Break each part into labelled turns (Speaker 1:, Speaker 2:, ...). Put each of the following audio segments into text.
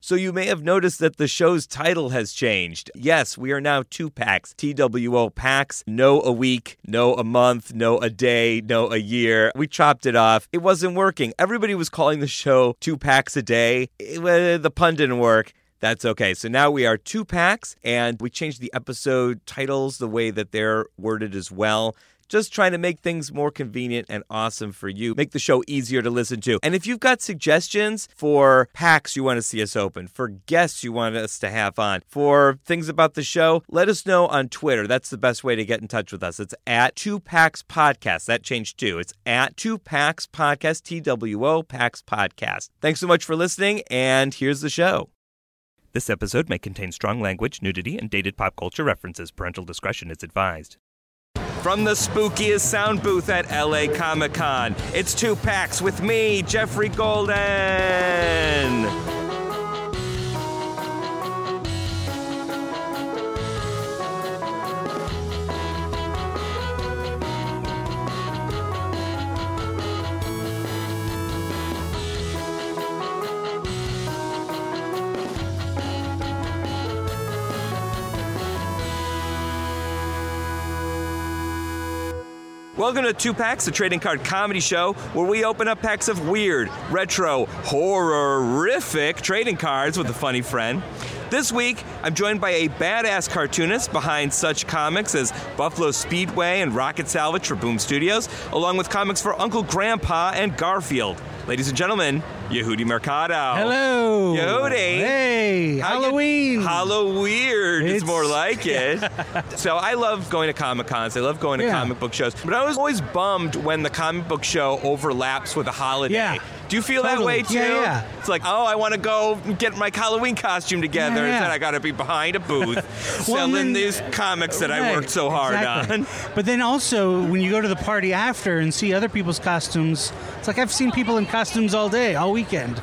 Speaker 1: So you may have noticed that the show's title has changed. Yes, we are now two packs, TWO packs. No a week, no a month, no a day, no a year. We chopped it off. It wasn't working. Everybody was calling the show two packs a day. It- uh, the pun didn't work. That's okay. So now we are two packs, and we changed the episode titles the way that they're worded as well. Just trying to make things more convenient and awesome for you, make the show easier to listen to. And if you've got suggestions for packs you want to see us open, for guests you want us to have on, for things about the show, let us know on Twitter. That's the best way to get in touch with us. It's at Two Packs Podcast. That changed too. It's at Two Packs Podcast, T W O Packs Podcast. Thanks so much for listening, and here's the show. This episode may contain strong language, nudity, and dated pop culture references. Parental discretion is advised. From the spookiest sound booth at LA Comic Con, it's two packs with me, Jeffrey Golden. Welcome to Two Packs, a trading card comedy show where we open up packs of weird, retro, horrific trading cards with a funny friend. This week, I'm joined by a badass cartoonist behind such comics as Buffalo Speedway and Rocket Salvage for Boom Studios, along with comics for Uncle Grandpa and Garfield. Ladies and gentlemen, Yehudi Mercado.
Speaker 2: Hello.
Speaker 1: Yehudi.
Speaker 2: Hey.
Speaker 1: How you-
Speaker 2: Halloween.
Speaker 1: Halloween. It's,
Speaker 2: It's-
Speaker 1: more like it. so I love going to Comic Cons. I love going to
Speaker 2: Yeah.
Speaker 1: comic book shows. But I was always bummed when the comic book show overlaps with a holiday.
Speaker 2: Yeah.
Speaker 1: Do you feel that
Speaker 2: Totally.
Speaker 1: way too?
Speaker 2: Yeah, yeah.
Speaker 1: It's like, oh, I want to go get my Halloween costume together.
Speaker 2: Yeah, yeah.
Speaker 1: Instead, I got to be behind a booth
Speaker 2: Well,
Speaker 1: selling
Speaker 2: and then-
Speaker 1: these comics that I
Speaker 2: Right,
Speaker 1: worked so hard
Speaker 2: exactly.
Speaker 1: on.
Speaker 2: But then also, when you go to the party after and see other people's costumes, it's like I've seen people in costumes all day, all weekend.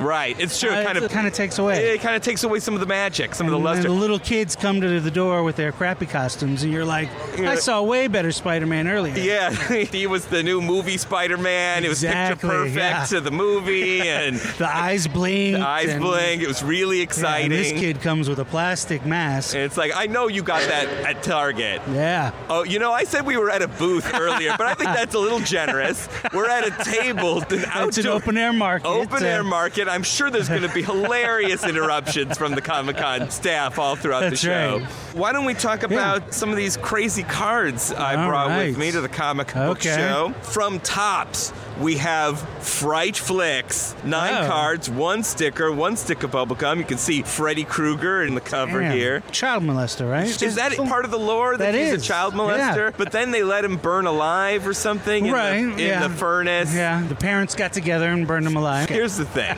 Speaker 1: Right. It's true.
Speaker 2: Uh,
Speaker 1: it kind
Speaker 2: it
Speaker 1: of
Speaker 2: kinda takes away.
Speaker 1: It kind of takes away some of the magic, some of the
Speaker 2: And then
Speaker 1: luster.
Speaker 2: the little kids come to the door with their crappy costumes, and you're like, I saw way better Spider-Man earlier.
Speaker 1: Yeah, he was the new movie Spider Man. It was picture
Speaker 2: Exactly,
Speaker 1: perfect
Speaker 2: yeah.
Speaker 1: to the movie, and
Speaker 2: The eyes blink.
Speaker 1: eyes blink. It was really exciting.
Speaker 2: And this kid comes with a plastic mask.
Speaker 1: And it's like, I know you got that at Target.
Speaker 2: Yeah.
Speaker 1: Oh, you know, I said we were at a booth earlier, but I think that's a little generous. We're at a table, an
Speaker 2: It's an
Speaker 1: outdoor-
Speaker 2: open air market.
Speaker 1: open
Speaker 2: uh,
Speaker 1: air Oh, market. I'm sure there's going to be hilarious interruptions from the Comic Con staff all throughout
Speaker 2: That's
Speaker 1: the show.
Speaker 2: right.
Speaker 1: Why don't we talk about some of these crazy cards I
Speaker 2: All
Speaker 1: brought with
Speaker 2: right.
Speaker 1: me to the Comic Book
Speaker 2: Okay.
Speaker 1: Show? From Tops, we have Fright Flicks. Nine
Speaker 2: Oh.
Speaker 1: cards, one sticker, one stick of bubblegum. You can see Freddy Krueger in the cover
Speaker 2: damn.
Speaker 1: here.
Speaker 2: Child molester, right?
Speaker 1: Is that part of the lore that,
Speaker 2: That
Speaker 1: he's
Speaker 2: is,
Speaker 1: a child
Speaker 2: yeah.
Speaker 1: molester? But then they let him burn alive or something in,
Speaker 2: right?
Speaker 1: the, in
Speaker 2: yeah.
Speaker 1: the furnace.
Speaker 2: Yeah, the parents got together and burned him alive.
Speaker 1: Here's the thing: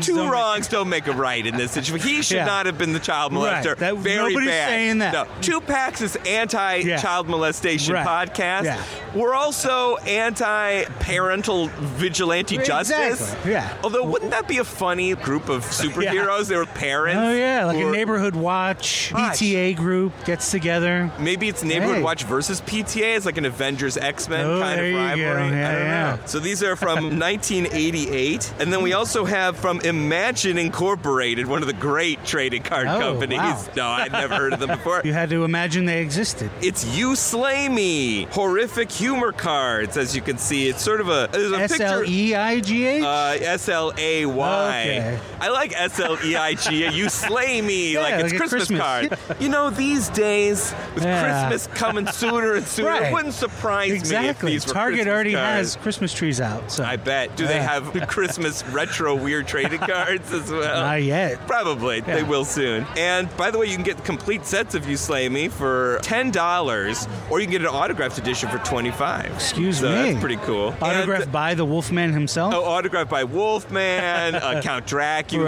Speaker 1: two
Speaker 2: Don't make-
Speaker 1: wrongs don't make a right in this situation. He should
Speaker 2: Yeah.
Speaker 1: not have been the child
Speaker 2: Right.
Speaker 1: molester.
Speaker 2: That-
Speaker 1: Very
Speaker 2: nobody's
Speaker 1: bad.
Speaker 2: saying that.
Speaker 1: No, two packs is anti-child molestation
Speaker 2: Right.
Speaker 1: podcast.
Speaker 2: Yeah.
Speaker 1: We're also anti-parental vigilante
Speaker 2: Exactly.
Speaker 1: justice.
Speaker 2: Yeah.
Speaker 1: Although, wouldn't that be a funny group of superheroes? They were parents.
Speaker 2: Oh yeah, like
Speaker 1: who
Speaker 2: a
Speaker 1: are-
Speaker 2: neighborhood watch,
Speaker 1: Gosh.
Speaker 2: PTA group gets together.
Speaker 1: Maybe it's Neighborhood
Speaker 2: Hey.
Speaker 1: Watch versus PTA. It's like an Avengers X Men
Speaker 2: Oh,
Speaker 1: kind
Speaker 2: there
Speaker 1: of
Speaker 2: you go.
Speaker 1: rivalry. I
Speaker 2: Yeah,
Speaker 1: don't
Speaker 2: yeah.
Speaker 1: know. So these are from 1988. And then we also have from Imagine Incorporated, one of the great trading card
Speaker 2: Oh,
Speaker 1: companies.
Speaker 2: wow.
Speaker 1: No, I'd never heard of them before.
Speaker 2: You had to imagine they existed.
Speaker 1: It's You Slay Me. Horrific humor cards, as you can see. It's sort of a. There's a
Speaker 2: S L
Speaker 1: picture.
Speaker 2: E I G H.
Speaker 1: Uh, S L A Y.
Speaker 2: Okay.
Speaker 1: I like S L E I G. You slay me
Speaker 2: Yeah,
Speaker 1: like it's
Speaker 2: like a
Speaker 1: Christmas,
Speaker 2: Christmas.
Speaker 1: card. You know, these days with
Speaker 2: Yeah.
Speaker 1: Christmas coming sooner and sooner, it
Speaker 2: Right.
Speaker 1: wouldn't surprise me if
Speaker 2: Exactly.
Speaker 1: these were
Speaker 2: Target
Speaker 1: Christmas
Speaker 2: already
Speaker 1: cards.
Speaker 2: has Christmas trees out. So
Speaker 1: I bet. Do they
Speaker 2: Yeah.
Speaker 1: have Christmas retro weird trading cards as well?
Speaker 2: not yet.
Speaker 1: Probably. They
Speaker 2: Yeah.
Speaker 1: will soon. And by the way, you can get complete sets of You Slay Me for $10, or you can get an autographed edition for 25
Speaker 2: Excuse
Speaker 1: so
Speaker 2: me.
Speaker 1: that's pretty cool. And-
Speaker 2: Autographed by the Wolfman himself.
Speaker 1: Oh, autographed by Wolfman, uh, Count Dracula,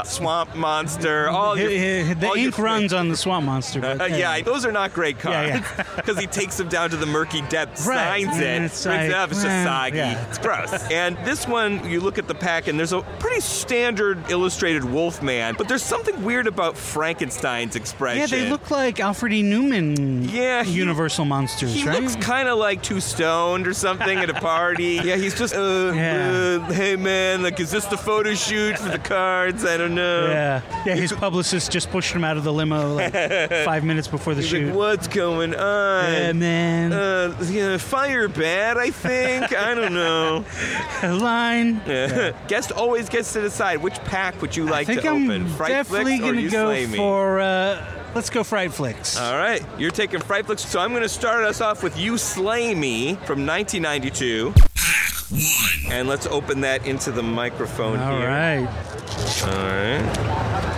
Speaker 2: Right.
Speaker 1: Swamp Monster, all
Speaker 2: Hi-
Speaker 1: your,
Speaker 2: hi- the
Speaker 1: all your
Speaker 2: ink
Speaker 1: fa-
Speaker 2: runs on the swamp monster.
Speaker 1: Uh,
Speaker 2: but, hey.
Speaker 1: yeah, those are not great
Speaker 2: Yeah,
Speaker 1: cards
Speaker 2: yeah.
Speaker 1: because he takes them down to the murky depths,
Speaker 2: Right,
Speaker 1: signs it,
Speaker 2: and
Speaker 1: brings
Speaker 2: it's
Speaker 1: it
Speaker 2: like,
Speaker 1: up. It's just
Speaker 2: eh,
Speaker 1: soggy.
Speaker 2: yeah.
Speaker 1: It's gross. and this one, you look at the pack, and there's a pretty standard illustrated Wolfman, but there's something weird about Frankenstein's expression.
Speaker 2: Yeah, they look like Alfred E. Newman.
Speaker 1: Yeah, he-
Speaker 2: Universal monsters,
Speaker 1: He
Speaker 2: right?
Speaker 1: looks kind of like too stoned or something at a party. Yeah, he's he's just, uh,
Speaker 2: Yeah.
Speaker 1: uh, hey man, like, is this the photo shoot for the cards? I don't know.
Speaker 2: Yeah, yeah. His publicist just pushed him out of the limo like five minutes before the
Speaker 1: He's
Speaker 2: shoot.
Speaker 1: like, what's going on?
Speaker 2: yeah, man.
Speaker 1: Uh, yeah, fire bad, I think. I don't know.
Speaker 2: Line.
Speaker 1: Guest always gets to decide which pack would you
Speaker 2: I
Speaker 1: like
Speaker 2: think
Speaker 1: to
Speaker 2: I'm
Speaker 1: open. Fright
Speaker 2: definitely
Speaker 1: Flicks or
Speaker 2: gonna
Speaker 1: You
Speaker 2: go
Speaker 1: Slay Me?
Speaker 2: for. Uh, let's go fright flicks.
Speaker 1: All right, you're taking Fright Flicks, so I'm going to start us off with You Slay Me from 1992. And let's open that into the microphone
Speaker 2: All
Speaker 1: here.
Speaker 2: right.
Speaker 1: All right.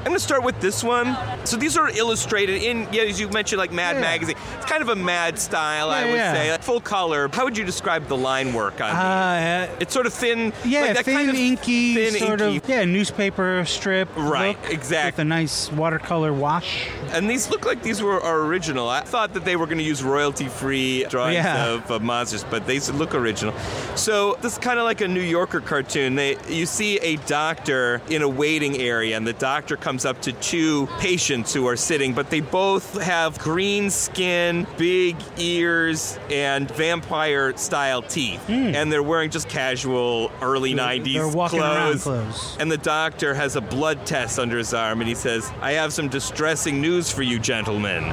Speaker 1: I'm gonna start with this one. So these are illustrated in, yeah, as you mentioned, like Mad
Speaker 2: Yeah.
Speaker 1: Magazine. It's kind of a Mad style, I
Speaker 2: Yeah,
Speaker 1: would
Speaker 2: yeah.
Speaker 1: say, like full color. How would you describe the line work on these?
Speaker 2: Uh,
Speaker 1: It's sort of thin,
Speaker 2: yeah,
Speaker 1: like that
Speaker 2: thin,
Speaker 1: kind of
Speaker 2: inky,
Speaker 1: thin,
Speaker 2: sort
Speaker 1: inky.
Speaker 2: of. Yeah, newspaper strip.
Speaker 1: Right,
Speaker 2: look With
Speaker 1: exactly.
Speaker 2: a nice watercolor wash.
Speaker 1: And these look like these were are original. I thought that they were going to use royalty-free drawings
Speaker 2: Yeah.
Speaker 1: of uh, monsters, but they look original. So this is kind of like a New Yorker cartoon. They you see a doctor in a waiting area, and the doctor comes up to two patients who are sitting, but they both have green skin, big ears, and vampire-style teeth, and they're wearing just casual early '90s
Speaker 2: They're walking around
Speaker 1: clothes.
Speaker 2: clothes.
Speaker 1: And the doctor has a blood test under his arm and he says, I have some distressing news for you, gentlemen.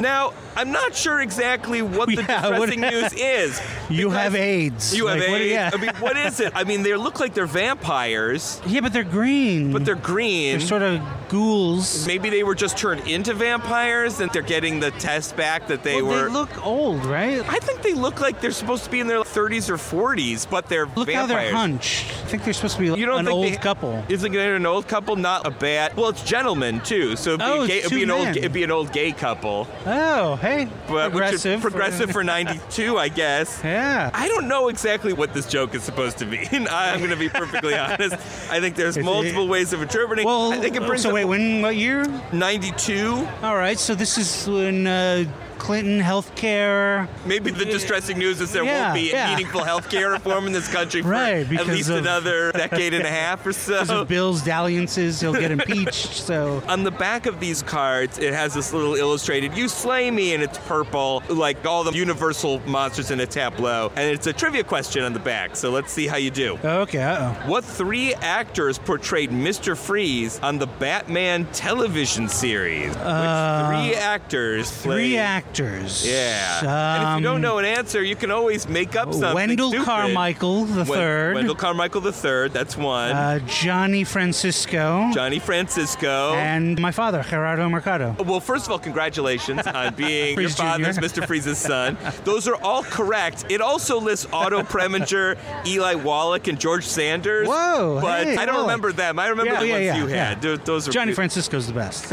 Speaker 1: now, I'm not sure exactly what the
Speaker 2: Yeah, what-
Speaker 1: distressing news is.
Speaker 2: You
Speaker 1: because
Speaker 2: have AIDS.
Speaker 1: You have
Speaker 2: Like,
Speaker 1: AIDS.
Speaker 2: what- yeah.
Speaker 1: I mean, what is it? I mean, they look like they're vampires,
Speaker 2: Yeah, but they're green.
Speaker 1: but they're green.
Speaker 2: they're sort of ghouls.
Speaker 1: Maybe they were just turned into vampires and they're getting the test back that they
Speaker 2: Well,
Speaker 1: were.
Speaker 2: they look old, right?
Speaker 1: I think they look like they're supposed to be in their 30s or 40s, but they're
Speaker 2: Look how
Speaker 1: vampires.
Speaker 2: they're hunched. I think they're supposed to be
Speaker 1: You don't
Speaker 2: an
Speaker 1: think
Speaker 2: old
Speaker 1: they-
Speaker 2: couple.
Speaker 1: It's like they're an old couple, not a bad. Well, it's gentlemen too, so it'd be,
Speaker 2: Oh,
Speaker 1: a
Speaker 2: it's
Speaker 1: gay, it'd
Speaker 2: two
Speaker 1: be an old
Speaker 2: men.
Speaker 1: it'd be an old gay couple,
Speaker 2: Oh, hey,
Speaker 1: but
Speaker 2: progressive.
Speaker 1: which is progressive for '92, I guess.
Speaker 2: yeah,
Speaker 1: I don't know exactly what this joke is supposed to be. and I'm going to be perfectly honest. I think there's
Speaker 2: It's-
Speaker 1: multiple ways of interpreting.
Speaker 2: well,
Speaker 1: I think it brings
Speaker 2: so wait,
Speaker 1: up
Speaker 2: when what year?
Speaker 1: 92.
Speaker 2: All right, so this is when uh, Clinton healthcare.
Speaker 1: Maybe the distressing news is there
Speaker 2: Yeah,
Speaker 1: won't be
Speaker 2: yeah.
Speaker 1: meaningful health care reform in this country for
Speaker 2: Right,
Speaker 1: at
Speaker 2: because
Speaker 1: least
Speaker 2: of-
Speaker 1: another decade and a half or so.
Speaker 2: Because of Bill's dalliances, he'll get impeached. So
Speaker 1: On the back of these cards, it has this little illustrated "You slay me" and it's purple, like all the Universal monsters in a tableau. And it's a trivia question on the back, so let's see how you do.
Speaker 2: okay, uh-oh.
Speaker 1: What three actors portrayed Mr. Freeze on the Batman television series?
Speaker 2: Uh,
Speaker 1: Which three actors?
Speaker 2: three
Speaker 1: played-
Speaker 2: actors.
Speaker 1: Yeah.
Speaker 2: Um,
Speaker 1: and if you don't know an answer, you can always make up something.
Speaker 2: Wendell
Speaker 1: stupid.
Speaker 2: Carmichael the
Speaker 1: Wen-
Speaker 2: third,
Speaker 1: Wendell Carmichael the third. That's one.
Speaker 2: uh, Johnny Francisco,
Speaker 1: Johnny Francisco.
Speaker 2: and my father Gerardo Mercado.
Speaker 1: Well, first of all, congratulations on being your
Speaker 2: Freeze Jr..
Speaker 1: father's Mr. Freeze's son. Those are all correct. It also lists Otto Preminger, Eli Wallach, and George Sanders.
Speaker 2: Whoa,
Speaker 1: But
Speaker 2: hey,
Speaker 1: I don't
Speaker 2: Wallach.
Speaker 1: remember them. I remember
Speaker 2: Yeah,
Speaker 1: the
Speaker 2: yeah,
Speaker 1: ones
Speaker 2: yeah,
Speaker 1: you
Speaker 2: yeah.
Speaker 1: had. Th- Those are
Speaker 2: Johnny Francisco's the best.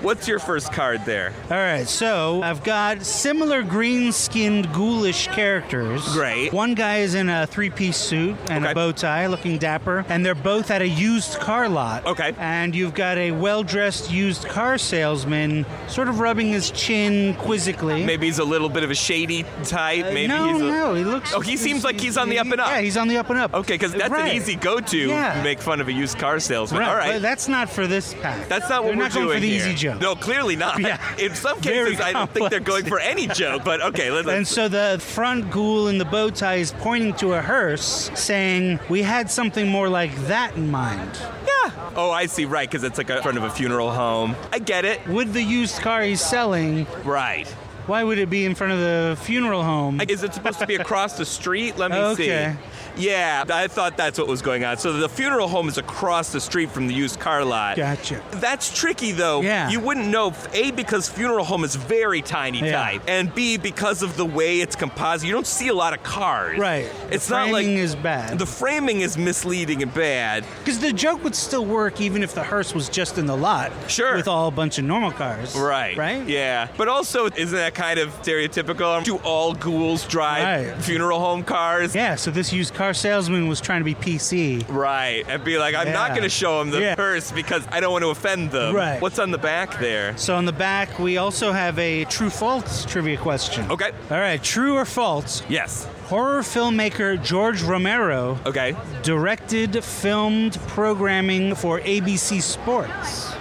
Speaker 1: What's your first card there?
Speaker 2: All right, so I've got similar green-skinned ghoulish characters.
Speaker 1: Great.
Speaker 2: One guy is in a three-piece suit and
Speaker 1: Okay.
Speaker 2: a bow tie, looking dapper, and they're both at a used car lot.
Speaker 1: Okay.
Speaker 2: And you've got a well-dressed used car salesman, sort of rubbing his chin quizzically.
Speaker 1: Maybe he's a little bit of a shady type.
Speaker 2: Uh,
Speaker 1: Maybe
Speaker 2: no,
Speaker 1: he's a,
Speaker 2: no, he looks.
Speaker 1: Oh, he seems like he's on the up and up.
Speaker 2: Yeah, he's on the up and up.
Speaker 1: Okay, because that's
Speaker 2: Right.
Speaker 1: an easy go-to.
Speaker 2: Yeah.
Speaker 1: Make fun of a used car salesman.
Speaker 2: Right.
Speaker 1: All right.
Speaker 2: but that's not for this pack.
Speaker 1: That's not
Speaker 2: They're
Speaker 1: what we're
Speaker 2: not going
Speaker 1: doing
Speaker 2: for the
Speaker 1: here.
Speaker 2: easy joke.
Speaker 1: No, clearly not.
Speaker 2: Yeah.
Speaker 1: In some
Speaker 2: Very
Speaker 1: cases, I don't think they're going
Speaker 2: complex.
Speaker 1: for any joke. But okay, let's.
Speaker 2: And so the front ghoul in the bow tie is pointing to a hearse, saying, "We had something more like that in mind."
Speaker 1: Yeah. Oh, I see. Right, because it's like in front of a funeral home. I get it.
Speaker 2: With the used car he's selling,
Speaker 1: Right.
Speaker 2: why would it be in front of the funeral home?
Speaker 1: Is it supposed to be across the street? Let me
Speaker 2: Okay.
Speaker 1: see. Yeah, I thought that's what was going on. So the funeral home is across the street from the used car lot.
Speaker 2: Gotcha.
Speaker 1: That's tricky though.
Speaker 2: Yeah.
Speaker 1: You wouldn't know A because funeral home is very tiny
Speaker 2: Yeah.
Speaker 1: type. And B because of the way it's composite. You don't see a lot of cars.
Speaker 2: Right.
Speaker 1: It's
Speaker 2: the
Speaker 1: not like
Speaker 2: framing is bad.
Speaker 1: the framing is misleading and bad.
Speaker 2: Because the joke would still work even if the hearse was just in the lot.
Speaker 1: Sure.
Speaker 2: With all a bunch of normal cars.
Speaker 1: Right.
Speaker 2: Right?
Speaker 1: Yeah. But also, isn't that kind of stereotypical? Do all ghouls drive
Speaker 2: Right.
Speaker 1: funeral home cars?
Speaker 2: Yeah, so this used car salesman was trying to be PC.
Speaker 1: Right. And be like, I'm not
Speaker 2: Yeah.
Speaker 1: going to show them the
Speaker 2: Yeah.
Speaker 1: purse because I don't want to offend them.
Speaker 2: Right.
Speaker 1: What's on the back there?
Speaker 2: So on the back, we also have a true false trivia question.
Speaker 1: Okay.
Speaker 2: All right, true or false?
Speaker 1: Yes.
Speaker 2: Horror filmmaker George Romero
Speaker 1: Okay.
Speaker 2: directed filmed programming for ABC Sports.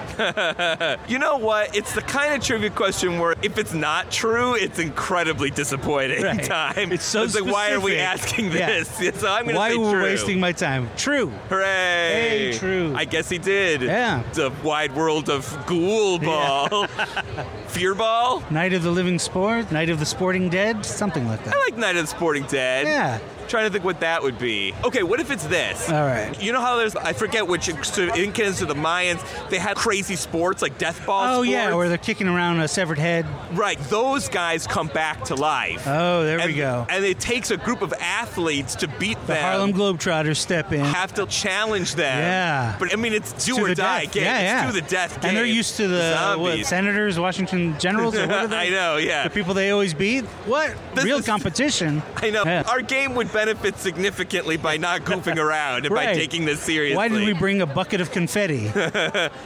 Speaker 1: you know what? It's the kind of trivia question where if it's not true, it's incredibly disappointing
Speaker 2: Right.
Speaker 1: time.
Speaker 2: It's so
Speaker 1: like, why are we
Speaker 2: specific.
Speaker 1: asking
Speaker 2: Yeah.
Speaker 1: this? So I'm going to
Speaker 2: Why
Speaker 1: say
Speaker 2: were we
Speaker 1: true.
Speaker 2: wasting my time? True.
Speaker 1: Hooray!
Speaker 2: Hey, true.
Speaker 1: I guess he did.
Speaker 2: Yeah.
Speaker 1: The wide world of ghoul ball. Fear ball?
Speaker 2: Night of the Living Sport, Night of the Sporting Dead, something like that.
Speaker 1: I like Night of the Sporting Dead.
Speaker 2: Yeah.
Speaker 1: Trying to think what that would be. Okay, what if it's this?
Speaker 2: All right.
Speaker 1: You know how there's, I forget which, so Incans or the Mayans, they had crazy sports like death ball
Speaker 2: Oh yeah,
Speaker 1: sports?
Speaker 2: where they're kicking around a severed head.
Speaker 1: Right, those guys come back to life.
Speaker 2: Oh, there
Speaker 1: and,
Speaker 2: we go.
Speaker 1: And it takes a group of athletes to beat
Speaker 2: The
Speaker 1: them.
Speaker 2: Harlem Globetrotters step in.
Speaker 1: have to challenge them.
Speaker 2: Yeah.
Speaker 1: But I mean, it's do
Speaker 2: to
Speaker 1: or
Speaker 2: the
Speaker 1: die
Speaker 2: death.
Speaker 1: game.
Speaker 2: Yeah, yeah.
Speaker 1: It's do the death game.
Speaker 2: And they're used to the what,
Speaker 1: zombies.
Speaker 2: senators, Washington generals, or what are they?
Speaker 1: I know, yeah.
Speaker 2: The people they always beat. What
Speaker 1: This
Speaker 2: real
Speaker 1: is-
Speaker 2: competition?
Speaker 1: I know.
Speaker 2: Yeah.
Speaker 1: Our game would benefit significantly by not goofing around and by
Speaker 2: Right.
Speaker 1: taking this seriously.
Speaker 2: Why did we bring a bucket of confetti?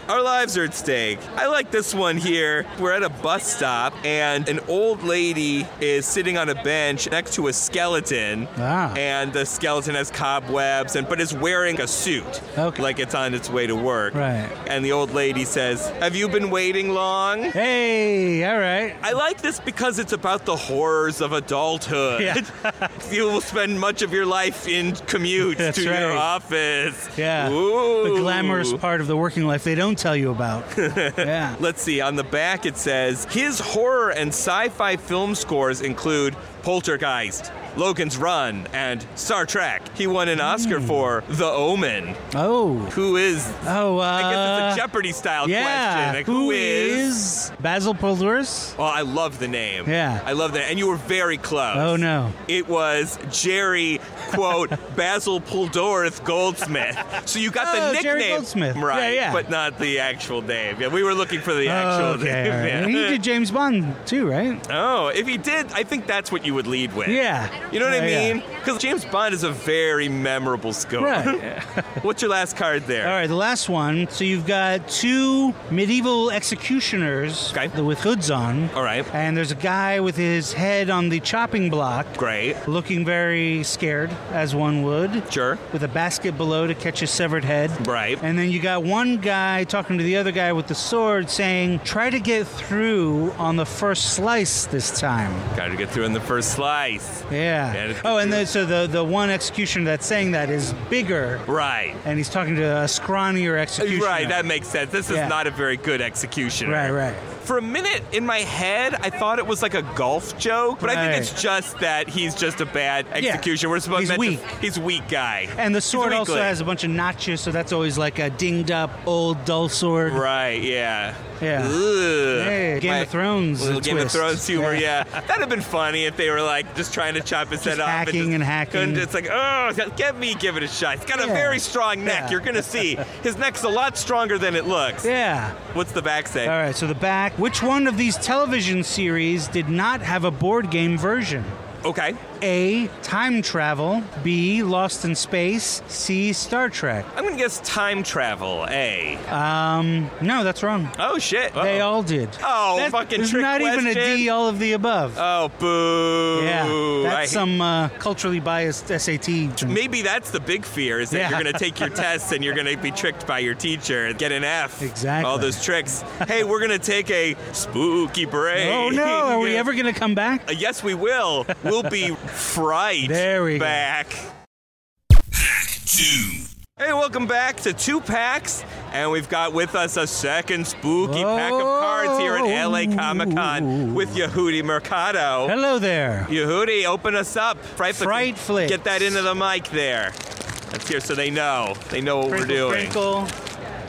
Speaker 1: Our lives are at stake. I like this one here. We're at a bus stop, and an old lady is sitting on a bench next to a skeleton.
Speaker 2: Ah.
Speaker 1: And the skeleton has cobwebs, and but is wearing a suit.
Speaker 2: Okay.
Speaker 1: Like it's on its way to work.
Speaker 2: Right.
Speaker 1: And the old lady says, Have you been waiting long?
Speaker 2: hey, all right.
Speaker 1: I like this because it's about the horrors of adulthood. you will spend much of your life in commute
Speaker 2: That's
Speaker 1: to your
Speaker 2: right.
Speaker 1: office.
Speaker 2: Yeah.
Speaker 1: Ooh.
Speaker 2: The glamorous part of the working life they don't tell you about. yeah.
Speaker 1: Let's see, on the back it says his horror and sci fi film scores include Poltergeist, Logan's Run, and Star Trek. He won an Oscar
Speaker 2: Mm.
Speaker 1: for The Omen.
Speaker 2: Oh.
Speaker 1: Who is.
Speaker 2: Oh, uh,
Speaker 1: I guess it's a Jeopardy style
Speaker 2: yeah.
Speaker 1: question. Like,
Speaker 2: who is, Basil Pulders?
Speaker 1: Oh, I love the name.
Speaker 2: Yeah.
Speaker 1: I love that. And you were very close.
Speaker 2: Oh no.
Speaker 1: It was Jerry, quote, Basil Puldorth Goldsmith. So you got the
Speaker 2: Oh,
Speaker 1: nickname.
Speaker 2: Jerry Goldsmith. Yeah,
Speaker 1: Right,
Speaker 2: yeah.
Speaker 1: but not the actual name. Yeah, we were looking for the actual
Speaker 2: okay. all right.
Speaker 1: name.
Speaker 2: And He
Speaker 1: yeah.
Speaker 2: did James Bond too, right?
Speaker 1: Oh, if he did, I think that's what you would lead with.
Speaker 2: Yeah. Oh,
Speaker 1: You know what I
Speaker 2: Yeah, yeah.
Speaker 1: mean? Because James Bond is a very memorable score.
Speaker 2: Right.
Speaker 1: What's your last card there?
Speaker 2: All right, the last one. So you've got two medieval executioners
Speaker 1: Okay.
Speaker 2: with hoods on.
Speaker 1: All right.
Speaker 2: And there's a guy with his head on the chopping block,
Speaker 1: Great.
Speaker 2: looking very scared, as one would.
Speaker 1: Sure.
Speaker 2: With a basket below to catch his severed head.
Speaker 1: Right.
Speaker 2: And then you got one guy talking to the other guy with the sword saying, try to get through on the first slice this time.
Speaker 1: Got to get through in the first slice. Yeah,
Speaker 2: Yeah.
Speaker 1: it's-
Speaker 2: Oh, and then, so the, the one executioner that's saying that is bigger,
Speaker 1: Right.
Speaker 2: and he's talking to a scrawnier executioner.
Speaker 1: Right, that makes sense. This is
Speaker 2: Yeah.
Speaker 1: not a very good executioner.
Speaker 2: Right, right.
Speaker 1: For a minute in my head, I thought it was like a golf joke, but I
Speaker 2: Right.
Speaker 1: think it's just that he's just a bad executioner. We're supposed
Speaker 2: He's
Speaker 1: meant to-
Speaker 2: weak.
Speaker 1: he's a weak guy.
Speaker 2: And the
Speaker 1: He's a
Speaker 2: sword also
Speaker 1: weakling.
Speaker 2: has a bunch of notches, so that's always like a dinged up old dull sword.
Speaker 1: Right, yeah.
Speaker 2: Yeah.
Speaker 1: Ugh.
Speaker 2: Hey, Game of Thrones
Speaker 1: Little Game
Speaker 2: twist.
Speaker 1: of Thrones humor, yeah. That'd have been funny if they were like just trying to chop his head off.
Speaker 2: hacking and hacking.
Speaker 1: couldn't- It's like, oh, get me, give it a shot. He's got a
Speaker 2: Yeah.
Speaker 1: very strong neck.
Speaker 2: Yeah.
Speaker 1: You're going to see. His neck's a lot stronger than it looks.
Speaker 2: Yeah.
Speaker 1: What's the back say?
Speaker 2: All right, so the back. Which one of these television series did not have a board game version?
Speaker 1: Okay.
Speaker 2: A. Time Travel. B. Lost in Space. C. Star Trek.
Speaker 1: I'm going to guess time travel, A.
Speaker 2: Um, no, that's wrong.
Speaker 1: Oh, shit.
Speaker 2: They
Speaker 1: Uh-oh.
Speaker 2: all did.
Speaker 1: Oh, fucking
Speaker 2: There's
Speaker 1: trick
Speaker 2: not even a
Speaker 1: question.
Speaker 2: D. All of the above.
Speaker 1: Oh, boo.
Speaker 2: yeah,
Speaker 1: I hate-
Speaker 2: that's some uh, culturally biased SAT.
Speaker 1: Maybe that's the big fear is that
Speaker 2: Yeah.
Speaker 1: you're going to take your tests and you're going to be tricked by your teacher and get an F.
Speaker 2: Exactly.
Speaker 1: All those tricks. hey, we're going to take a spooky break.
Speaker 2: Oh no, are we ever gonna come back?
Speaker 1: Uh, yes, we will. We'll be fright
Speaker 2: There we go.
Speaker 1: back. Hey, welcome back to Two Packs, and we've got with us a second spooky pack of cards here at LA Comic
Speaker 2: Oh.
Speaker 1: Con with Yehudi Mercado.
Speaker 2: Hello there.
Speaker 1: Yehudi, open us up. Fright, flick-
Speaker 2: Fright flicks.
Speaker 1: Get that into the mic there. That's here so they know. They know what we're doing.
Speaker 2: Crinkle.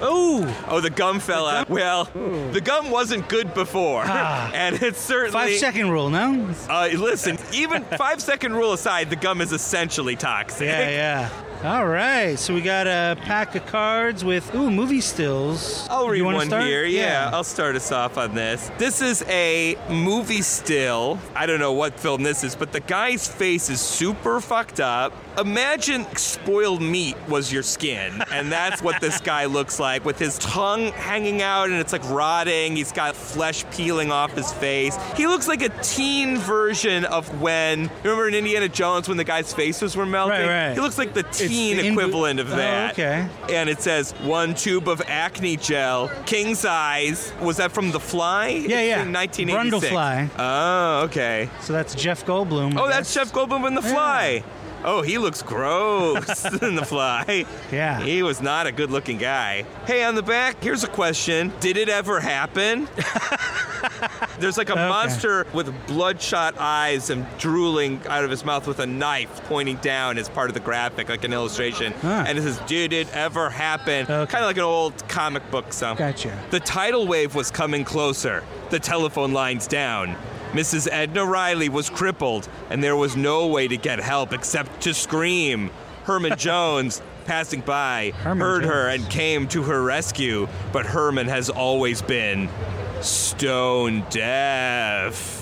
Speaker 2: Ooh,
Speaker 1: Oh, the gum fell out. Well, the gum wasn't good before.
Speaker 2: Ah.
Speaker 1: and it's certainly.
Speaker 2: five second rule, no?
Speaker 1: Uh, listen, even five second rule aside, the gum is essentially toxic.
Speaker 2: Yeah, yeah. All right, so we got a pack of cards with ooh movie stills.
Speaker 1: I'll read
Speaker 2: you wanna
Speaker 1: one
Speaker 2: start?
Speaker 1: here. Yeah, I'll start us off on this. This is a movie still. I don't know what film this is, but the guy's face is super fucked up. Imagine spoiled meat was your skin, and that's what this guy looks like with his tongue hanging out and it's like rotting. He's got flesh peeling off his face. He looks like a teen version of when you remember in Indiana Jones when the guy's faces were melting.
Speaker 2: right.
Speaker 1: He looks like the teen European
Speaker 2: the in-
Speaker 1: equivalent of
Speaker 2: Oh,
Speaker 1: that.
Speaker 2: okay.
Speaker 1: And it says one tube of acne gel, king size. Was that from The Fly?
Speaker 2: Yeah,
Speaker 1: It's
Speaker 2: yeah.
Speaker 1: from 1986.
Speaker 2: Brundlefly.
Speaker 1: Oh, okay.
Speaker 2: So that's Jeff Goldblum. I
Speaker 1: Oh, that's
Speaker 2: guess.
Speaker 1: Jeff Goldblum in The Fly. Oh, he looks gross in The Fly.
Speaker 2: Yeah.
Speaker 1: He was not a good looking guy. Hey, on the back, here's a question Did it ever happen? There's like a
Speaker 2: Okay.
Speaker 1: monster with bloodshot eyes and drooling out of his mouth with a knife pointing down as part of the graphic, like an illustration.
Speaker 2: Huh.
Speaker 1: And it says, Did it ever happen?
Speaker 2: Okay.
Speaker 1: Kind of like an old comic book something.
Speaker 2: Gotcha.
Speaker 1: The tidal wave was coming closer, the telephone lines down. Mrs. Edna Riley was crippled, and there was no way to get help except to scream. Herman Jones, passing by,
Speaker 2: Herman
Speaker 1: heard her
Speaker 2: Jones.
Speaker 1: and came to her rescue, but Herman has always been stone deaf.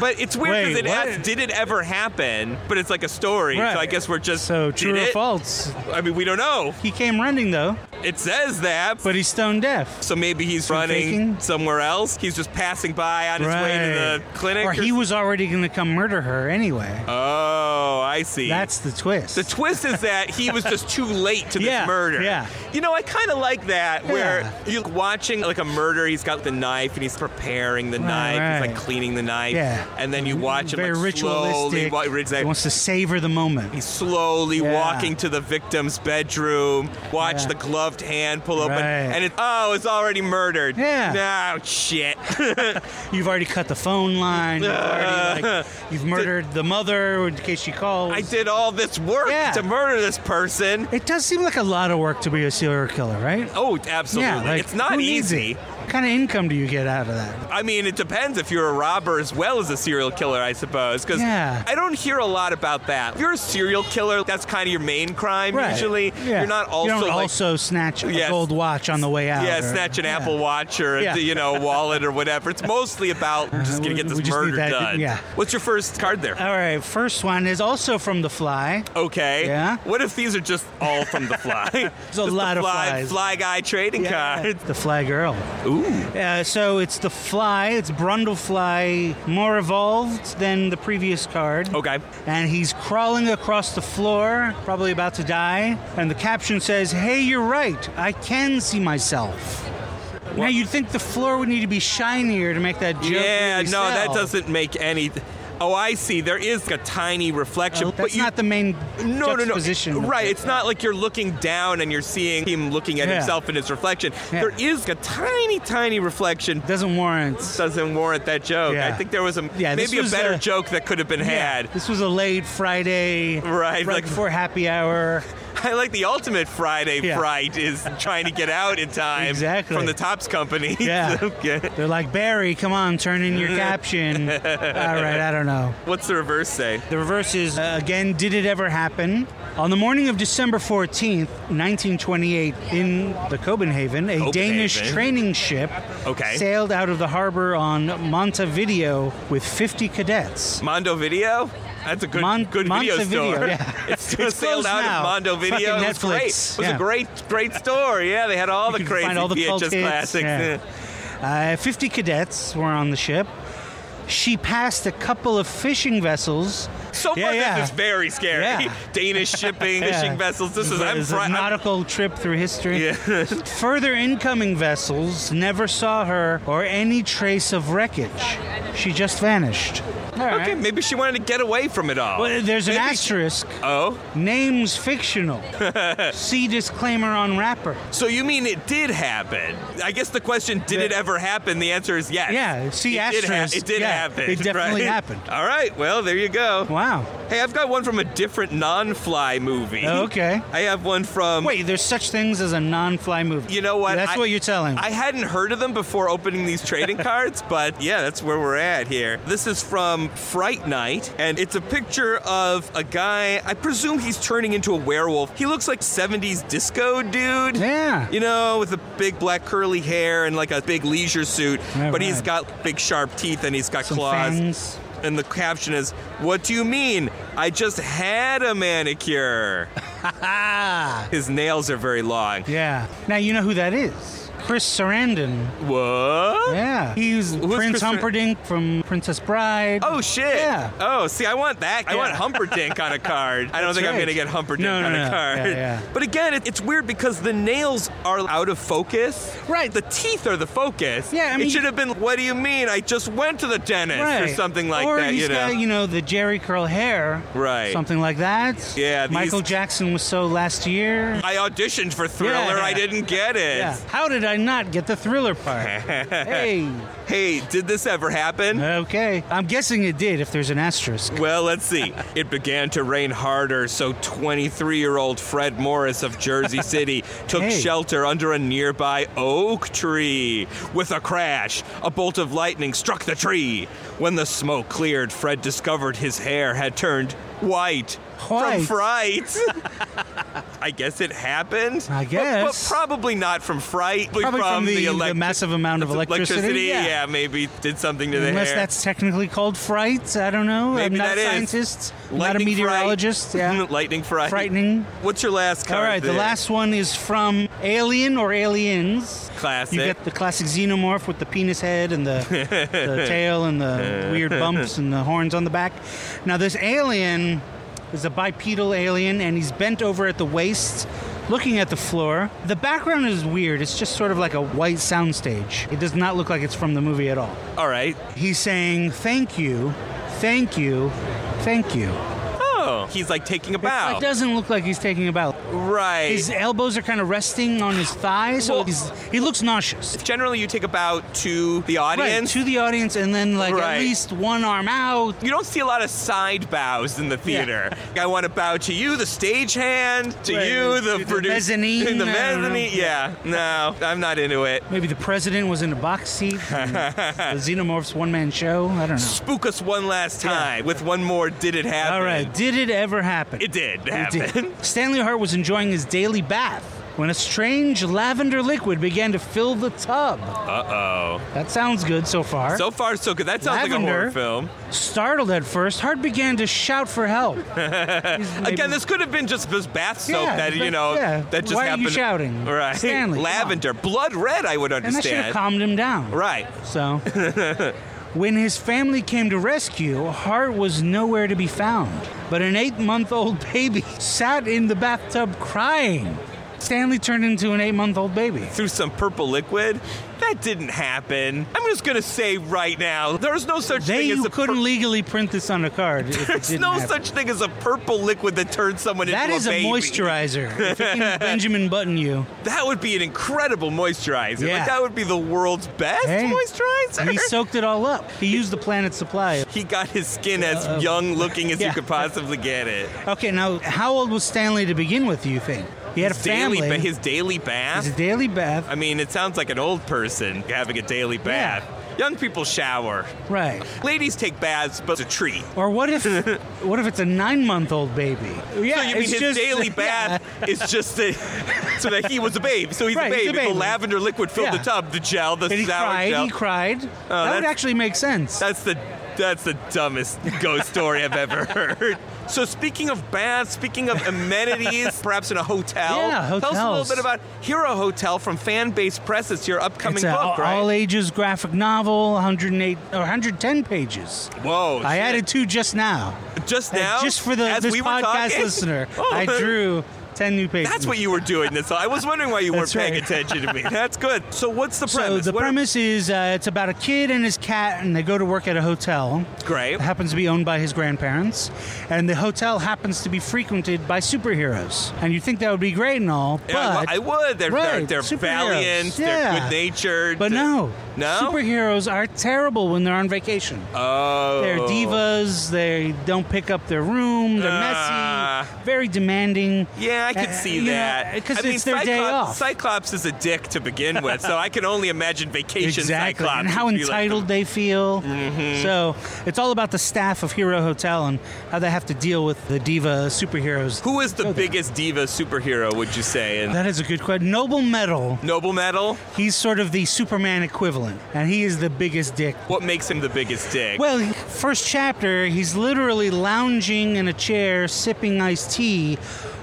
Speaker 1: but it's weird because
Speaker 2: Wait,
Speaker 1: it
Speaker 2: what?
Speaker 1: asks, did it ever happen? But it's like a story, so I
Speaker 2: Right.
Speaker 1: guess we're just.
Speaker 2: So
Speaker 1: did
Speaker 2: true or
Speaker 1: it?
Speaker 2: false?
Speaker 1: I mean, we don't know.
Speaker 2: He came running though,
Speaker 1: It says that,
Speaker 2: but he's stone deaf.
Speaker 1: so maybe he's running
Speaker 2: faking?
Speaker 1: somewhere else. He's just passing by on his way to the clinic.
Speaker 2: Or he was already going to come murder her anyway.
Speaker 1: Oh, I see.
Speaker 2: That's the twist.
Speaker 1: the twist is that he was just too late to
Speaker 2: Yeah,
Speaker 1: this murder.
Speaker 2: yeah.
Speaker 1: You know, I kind of like that
Speaker 2: Yeah.
Speaker 1: where you're watching like a murder. He's got the knife and he's preparing the knife. He's
Speaker 2: right.
Speaker 1: like cleaning the knife.
Speaker 2: Yeah. Mm-hmm.
Speaker 1: And then you watch him
Speaker 2: Very
Speaker 1: like slowly.
Speaker 2: ritualistic.
Speaker 1: wa- exactly.
Speaker 2: He wants to savor the moment.
Speaker 1: He's slowly
Speaker 2: Yeah.
Speaker 1: walking to the victim's bedroom. Watch
Speaker 2: Yeah.
Speaker 1: the gloved hand pull open,
Speaker 2: Right.
Speaker 1: and it, oh, it's already murdered.
Speaker 2: Yeah.
Speaker 1: Oh shit.
Speaker 2: You've already cut the phone line. You've, already, like, you've murdered the mother in case she calls.
Speaker 1: I did all this work
Speaker 2: Yeah.
Speaker 1: to murder this person.
Speaker 2: It does seem like a lot of work to be a serial killer, right?
Speaker 1: Oh, absolutely. it's not easy.
Speaker 2: What kind of income do you get out of that?
Speaker 1: I mean, it depends if you're a robber as well as a serial killer, I suppose. Because
Speaker 2: Yeah.
Speaker 1: I don't hear a lot about that. If you're a serial killer, that's kind of your main crime
Speaker 2: Right.
Speaker 1: usually.
Speaker 2: Yeah.
Speaker 1: You're not also
Speaker 2: you don't
Speaker 1: like
Speaker 2: also snatch a
Speaker 1: Yes.
Speaker 2: gold watch on the way out.
Speaker 1: Yeah,
Speaker 2: or-
Speaker 1: snatch an
Speaker 2: yeah.
Speaker 1: Apple Watch or a,
Speaker 2: Yeah. Uh,
Speaker 1: you know wallet or whatever. It's mostly about we're just gonna get
Speaker 2: we-
Speaker 1: this
Speaker 2: we just need
Speaker 1: murder
Speaker 2: that-
Speaker 1: done.
Speaker 2: yeah. Uh,
Speaker 1: What's your first card there?
Speaker 2: All right, first one is also from The Fly.
Speaker 1: Okay.
Speaker 2: Yeah.
Speaker 1: What if these are just all from the fly? There's
Speaker 2: a lot
Speaker 1: the
Speaker 2: of
Speaker 1: fly,
Speaker 2: flies.
Speaker 1: Fly guy trading cards.
Speaker 2: The Fly Girl.
Speaker 1: Ooh.
Speaker 2: Uh, so it's The Fly. It's Brundlefly, more evolved than the previous card.
Speaker 1: Okay.
Speaker 2: and he's crawling across the floor, probably about to die. And the caption says, Hey, you're right, I can see myself. Now, you'd think the floor would need to be shinier to make that joke.
Speaker 1: yeah.
Speaker 2: really
Speaker 1: No, that
Speaker 2: sell.
Speaker 1: doesn't make any. Oh, I see. There is a tiny reflection,
Speaker 2: Uh,
Speaker 1: but
Speaker 2: That's
Speaker 1: you.
Speaker 2: not the main
Speaker 1: no, no,
Speaker 2: juxtaposition.
Speaker 1: no.
Speaker 2: of
Speaker 1: Right.
Speaker 2: it.
Speaker 1: It's not like you're looking down and you're seeing him looking at
Speaker 2: Yeah.
Speaker 1: himself in his reflection.
Speaker 2: Yeah.
Speaker 1: There is a tiny, tiny reflection,
Speaker 2: doesn't warrant.
Speaker 1: doesn't warrant that joke.
Speaker 2: Yeah.
Speaker 1: I think there was a
Speaker 2: Yeah, this
Speaker 1: maybe a
Speaker 2: was
Speaker 1: better
Speaker 2: a-
Speaker 1: joke that could have been had.
Speaker 2: Yeah, this was a late Friday,
Speaker 1: Right, like-
Speaker 2: before happy hour.
Speaker 1: I like the ultimate Friday
Speaker 2: Yeah.
Speaker 1: fright is trying to get out in time
Speaker 2: Exactly.
Speaker 1: from the Tops Company.
Speaker 2: Yeah.
Speaker 1: okay.
Speaker 2: They're like, Barry, come on, turn in your caption. All right, I don't know.
Speaker 1: What's the reverse say?
Speaker 2: The reverse is uh, again, did it ever happen? On the morning of December 14th, 1928, in the Copenhagen, a
Speaker 1: Copenhagen.
Speaker 2: Danish training ship
Speaker 1: Okay.
Speaker 2: sailed out of the harbor on Montevideo with 50 cadets.
Speaker 1: Mondo Video? That's a good
Speaker 2: Mon-
Speaker 1: good video
Speaker 2: Montevideo,
Speaker 1: store.
Speaker 2: yeah.
Speaker 1: It's,
Speaker 2: It's
Speaker 1: sailed
Speaker 2: closed
Speaker 1: out
Speaker 2: now.
Speaker 1: of Mondo
Speaker 2: Fucking
Speaker 1: Video. It was great. It
Speaker 2: Netflix,
Speaker 1: was
Speaker 2: yeah.
Speaker 1: a great great store. Yeah, they had all the
Speaker 2: You can
Speaker 1: crazy
Speaker 2: find all the
Speaker 1: VHS
Speaker 2: cult hits,
Speaker 1: classics.
Speaker 2: yeah. Uh, 50 cadets were on the ship. She passed a couple of fishing vessels.
Speaker 1: So
Speaker 2: Yeah,
Speaker 1: far,
Speaker 2: yeah.
Speaker 1: this is very scary.
Speaker 2: Yeah.
Speaker 1: Danish shipping, fishing vessels. This is I'm,
Speaker 2: It's
Speaker 1: fri-
Speaker 2: a
Speaker 1: I'm
Speaker 2: nautical trip through history.
Speaker 1: Yeah.
Speaker 2: Further incoming vessels never saw her or any trace of wreckage. She just vanished.
Speaker 1: Okay, maybe she wanted to get away from it all.
Speaker 2: Well, there's an
Speaker 1: Maybe she-
Speaker 2: asterisk.
Speaker 1: Oh,
Speaker 2: Name's fictional. See disclaimer on wrapper.
Speaker 1: so you mean it did happen? I guess the question, did it ever happen? The answer is yes.
Speaker 2: Yeah, see
Speaker 1: it did, ha-
Speaker 2: asterisk.
Speaker 1: it did
Speaker 2: Yeah,
Speaker 1: happen.
Speaker 2: It definitely
Speaker 1: right?
Speaker 2: happened.
Speaker 1: All right, well, there you go.
Speaker 2: Wow.
Speaker 1: Hey, I've got one from a different non-fly movie.
Speaker 2: Oh, Okay.
Speaker 1: I have one from.
Speaker 2: Wait, there's such things as a non-fly movie.
Speaker 1: You know what?
Speaker 2: That's
Speaker 1: I-
Speaker 2: what you're telling me.
Speaker 1: I hadn't heard of them before opening these trading cards, but yeah, that's where we're at here. This is from Fright Night, and it's a picture of a guy. I presume he's turning into a werewolf. He looks like 70s disco dude.
Speaker 2: yeah.
Speaker 1: You know, with the big black curly hair and like a big leisure suit,
Speaker 2: Right,
Speaker 1: but he's
Speaker 2: right.
Speaker 1: got big sharp teeth and he's got
Speaker 2: Some
Speaker 1: claws.
Speaker 2: fangs.
Speaker 1: And the caption is, "What do you mean? I just had a manicure."
Speaker 2: Ah.
Speaker 1: His nails are very long.
Speaker 2: Yeah. Now you know who that is. Chris Sarandon.
Speaker 1: What?
Speaker 2: Yeah. He's Prince
Speaker 1: Chris Sar-
Speaker 2: Humperdinck from Princess Bride.
Speaker 1: Oh shit!
Speaker 2: Yeah.
Speaker 1: Oh, see, I want that. I
Speaker 2: Yeah.
Speaker 1: want Humperdinck on a card. I don't think I'm
Speaker 2: right.
Speaker 1: gonna get Humperdinck
Speaker 2: No, no,
Speaker 1: on a
Speaker 2: no.
Speaker 1: card.
Speaker 2: Yeah, yeah.
Speaker 1: But again, it, it's weird because the nails are out of focus.
Speaker 2: Right.
Speaker 1: The teeth are the focus.
Speaker 2: Yeah, I
Speaker 1: it
Speaker 2: mean-
Speaker 1: should have been. What do you mean? I just went to the dentist or something like
Speaker 2: Or
Speaker 1: that.
Speaker 2: he's
Speaker 1: You know.
Speaker 2: got, you know, the Jerry curl hair.
Speaker 1: Right.
Speaker 2: Something like that.
Speaker 1: Yeah, these-
Speaker 2: Michael Jackson was so last year.
Speaker 1: I auditioned for Thriller.
Speaker 2: Yeah.
Speaker 1: I didn't get it.
Speaker 2: Yeah. How did I not get the thriller part? hey.
Speaker 1: Hey, did this ever happen?
Speaker 2: Okay. I'm guessing it did if there's an asterisk.
Speaker 1: Well, let's see. It began to rain harder, so 23 year old Fred Morris of Jersey City took
Speaker 2: Hey.
Speaker 1: shelter under a nearby oak tree. With a crash, a bolt of lightning struck the tree. When the smoke cleared, Fred discovered his hair had turned white. From
Speaker 2: White.
Speaker 1: fright. I guess it happened.
Speaker 2: I
Speaker 1: But-
Speaker 2: guess.
Speaker 1: But, probably not from fright.
Speaker 2: Probably from the- the
Speaker 1: elec-
Speaker 2: massive amount of electricity,
Speaker 1: Yeah.
Speaker 2: yeah.
Speaker 1: maybe did something to the
Speaker 2: Unless
Speaker 1: hair.
Speaker 2: that's technically called fright. I don't know.
Speaker 1: Maybe
Speaker 2: I'm not
Speaker 1: that
Speaker 2: a
Speaker 1: is.
Speaker 2: scientist. I'm not a
Speaker 1: Lightning
Speaker 2: meteorologist.
Speaker 1: fright.
Speaker 2: Yeah.
Speaker 1: Lightning fright.
Speaker 2: Frightening.
Speaker 1: What's your last card?
Speaker 2: All right, the
Speaker 1: there?
Speaker 2: last one is from Alien or Aliens.
Speaker 1: Classic.
Speaker 2: You get the classic xenomorph with the penis head and the, the tail and the weird bumps and the horns on the back. Now, this alien is a bipedal alien and he's bent over at the waist looking at the floor. The background is weird, it's just sort of like a white soundstage. It does not look like it's from the movie at all.
Speaker 1: All right.
Speaker 2: He's saying, Thank you, thank you, thank you.
Speaker 1: Oh, he's like taking a bow.
Speaker 2: It doesn't look like he's taking a bow.
Speaker 1: right.
Speaker 2: His elbows are kind of resting on his thighs, so
Speaker 1: Well-
Speaker 2: he's, he looks nauseous.
Speaker 1: Generally, you take a bow to the
Speaker 2: Right,
Speaker 1: audience.
Speaker 2: to the audience, and then like
Speaker 1: Right.
Speaker 2: at least one arm out.
Speaker 1: you don't see a lot of side bows in the theater. I want to bow to you, the stagehand, to
Speaker 2: Right,
Speaker 1: you,
Speaker 2: to
Speaker 1: the
Speaker 2: the
Speaker 1: producer,
Speaker 2: mezzanine,
Speaker 1: the
Speaker 2: I don't know.
Speaker 1: mezzanine. Yeah, no, I'm not into it.
Speaker 2: Maybe the president was in a box seat. and the Xenomorphs one man show. I don't know.
Speaker 1: Spook us one last time with one more. Did it happen?
Speaker 2: All right, did it ever happen?
Speaker 1: It did
Speaker 2: It
Speaker 1: happen.
Speaker 2: did. Stanley Hart was enjoying his daily bath when a strange lavender liquid began to fill the tub.
Speaker 1: Uh oh.
Speaker 2: That sounds good so far.
Speaker 1: So far, so good. That sounds like a horror
Speaker 2: Lavender.
Speaker 1: film.
Speaker 2: Startled at first, Hart began to shout for help.
Speaker 1: Again, this could have been just this bath soap
Speaker 2: Yeah,
Speaker 1: that you
Speaker 2: but-
Speaker 1: know
Speaker 2: yeah.
Speaker 1: that just
Speaker 2: Why are
Speaker 1: happened.
Speaker 2: you shouting?
Speaker 1: Right,
Speaker 2: Stanley, come on.
Speaker 1: lavender, blood red. I would
Speaker 2: and that should
Speaker 1: understand.
Speaker 2: have calmed him down.
Speaker 1: right.
Speaker 2: So, when his family came to rescue, Hart was nowhere to be found. But an eight month old baby sat in the bathtub crying. Stanley turned into an eight month old baby.
Speaker 1: Through some purple liquid. That didn't happen. I'm just gonna say right now, there's no such
Speaker 2: They
Speaker 1: thing as
Speaker 2: you
Speaker 1: a pur-
Speaker 2: couldn't legally print this on a card. if it
Speaker 1: there's
Speaker 2: didn't
Speaker 1: no
Speaker 2: happen.
Speaker 1: such thing as a purple liquid that turns someone
Speaker 2: That
Speaker 1: into
Speaker 2: is
Speaker 1: a
Speaker 2: a
Speaker 1: baby.
Speaker 2: moisturizer. if it can Benjamin Button you.
Speaker 1: That would be an incredible moisturizer.
Speaker 2: Yeah.
Speaker 1: Like that would be the world's best
Speaker 2: Hey.
Speaker 1: moisturizer.
Speaker 2: And he soaked it all up. He used the planet supply.
Speaker 1: He got his skin as young looking as you
Speaker 2: Uh, Yeah.
Speaker 1: could possibly get it.
Speaker 2: Okay, now how old was Stanley to begin with, do you think? He had a family.
Speaker 1: Daily, ba- his daily bath.
Speaker 2: His daily bath.
Speaker 1: I mean, it sounds like an old person having a daily bath. Young people shower.
Speaker 2: Right.
Speaker 1: Ladies take baths, but it's a treat.
Speaker 2: Or what if what if it's a nine month old baby? Yeah,
Speaker 1: so you mean
Speaker 2: it's
Speaker 1: his
Speaker 2: just-
Speaker 1: daily bath is just that, so that he was a babe. So he's
Speaker 2: Right,
Speaker 1: a
Speaker 2: he's
Speaker 1: babe.
Speaker 2: a
Speaker 1: The
Speaker 2: baby.
Speaker 1: lavender liquid filled the
Speaker 2: Yeah.
Speaker 1: tub, the gel, the
Speaker 2: And he
Speaker 1: sour
Speaker 2: cried.
Speaker 1: gel.
Speaker 2: He cried. that
Speaker 1: Oh, that's-
Speaker 2: would actually make sense.
Speaker 1: That's the that's the dumbest ghost story I've ever heard. So speaking of baths, speaking of amenities, perhaps in a hotel.
Speaker 2: Yeah,
Speaker 1: Tell us a little
Speaker 2: hotels.
Speaker 1: bit about Hero Hotel from Fan Base Press. It's your upcoming
Speaker 2: It's an
Speaker 1: book, right?
Speaker 2: all ages graphic novel, 108 or 110 pages.
Speaker 1: Whoa!
Speaker 2: I
Speaker 1: shit.
Speaker 2: added two just now.
Speaker 1: just
Speaker 2: Uh,
Speaker 1: now,
Speaker 2: just for the
Speaker 1: as
Speaker 2: this
Speaker 1: we were
Speaker 2: podcast
Speaker 1: talking?
Speaker 2: listener,
Speaker 1: Oh.
Speaker 2: I drew 10 new pages.
Speaker 1: That's what you were doing this. I was wondering why you weren't
Speaker 2: That's
Speaker 1: paying
Speaker 2: right.
Speaker 1: attention to me. That's good. So what's the
Speaker 2: So
Speaker 1: premise?
Speaker 2: the
Speaker 1: What are-
Speaker 2: premise is uh, it's about a kid and his cat, and they go to work at a hotel.
Speaker 1: Great.
Speaker 2: It happens to be owned by his grandparents, and the hotel happens to be frequented by superheroes. And you think that would be great and all, but
Speaker 1: Yeah, I would. They're
Speaker 2: Right,
Speaker 1: they're, they're
Speaker 2: superheroes,
Speaker 1: valiant. They're
Speaker 2: yeah.
Speaker 1: good natured.
Speaker 2: but no,
Speaker 1: No.
Speaker 2: superheroes are terrible when they're on vacation.
Speaker 1: oh.
Speaker 2: They're divas. They don't pick up their room. They're
Speaker 1: Ah.
Speaker 2: messy, very demanding.
Speaker 1: Yeah, I could
Speaker 2: Uh,
Speaker 1: see
Speaker 2: you know,
Speaker 1: that.
Speaker 2: 'cause
Speaker 1: I mean,
Speaker 2: it's their
Speaker 1: Cyclops,
Speaker 2: day off.
Speaker 1: Cyclops is a dick to begin with, so I can only imagine vacation
Speaker 2: Exactly,
Speaker 1: Cyclops.
Speaker 2: and how
Speaker 1: would be like- Mm-hmm.
Speaker 2: entitled they feel. So it's all about the staff of Hero Hotel and how they have to deal with the diva superheroes.
Speaker 1: Who is the biggest diva superhero? Would you say? And
Speaker 2: That is a good question. Noble Metal,
Speaker 1: Noble Metal.
Speaker 2: he's sort of the Superman equivalent, and he is the biggest dick.
Speaker 1: What makes him the biggest dick?
Speaker 2: Well, first chapter, he's literally lounging in a chair sipping iced tea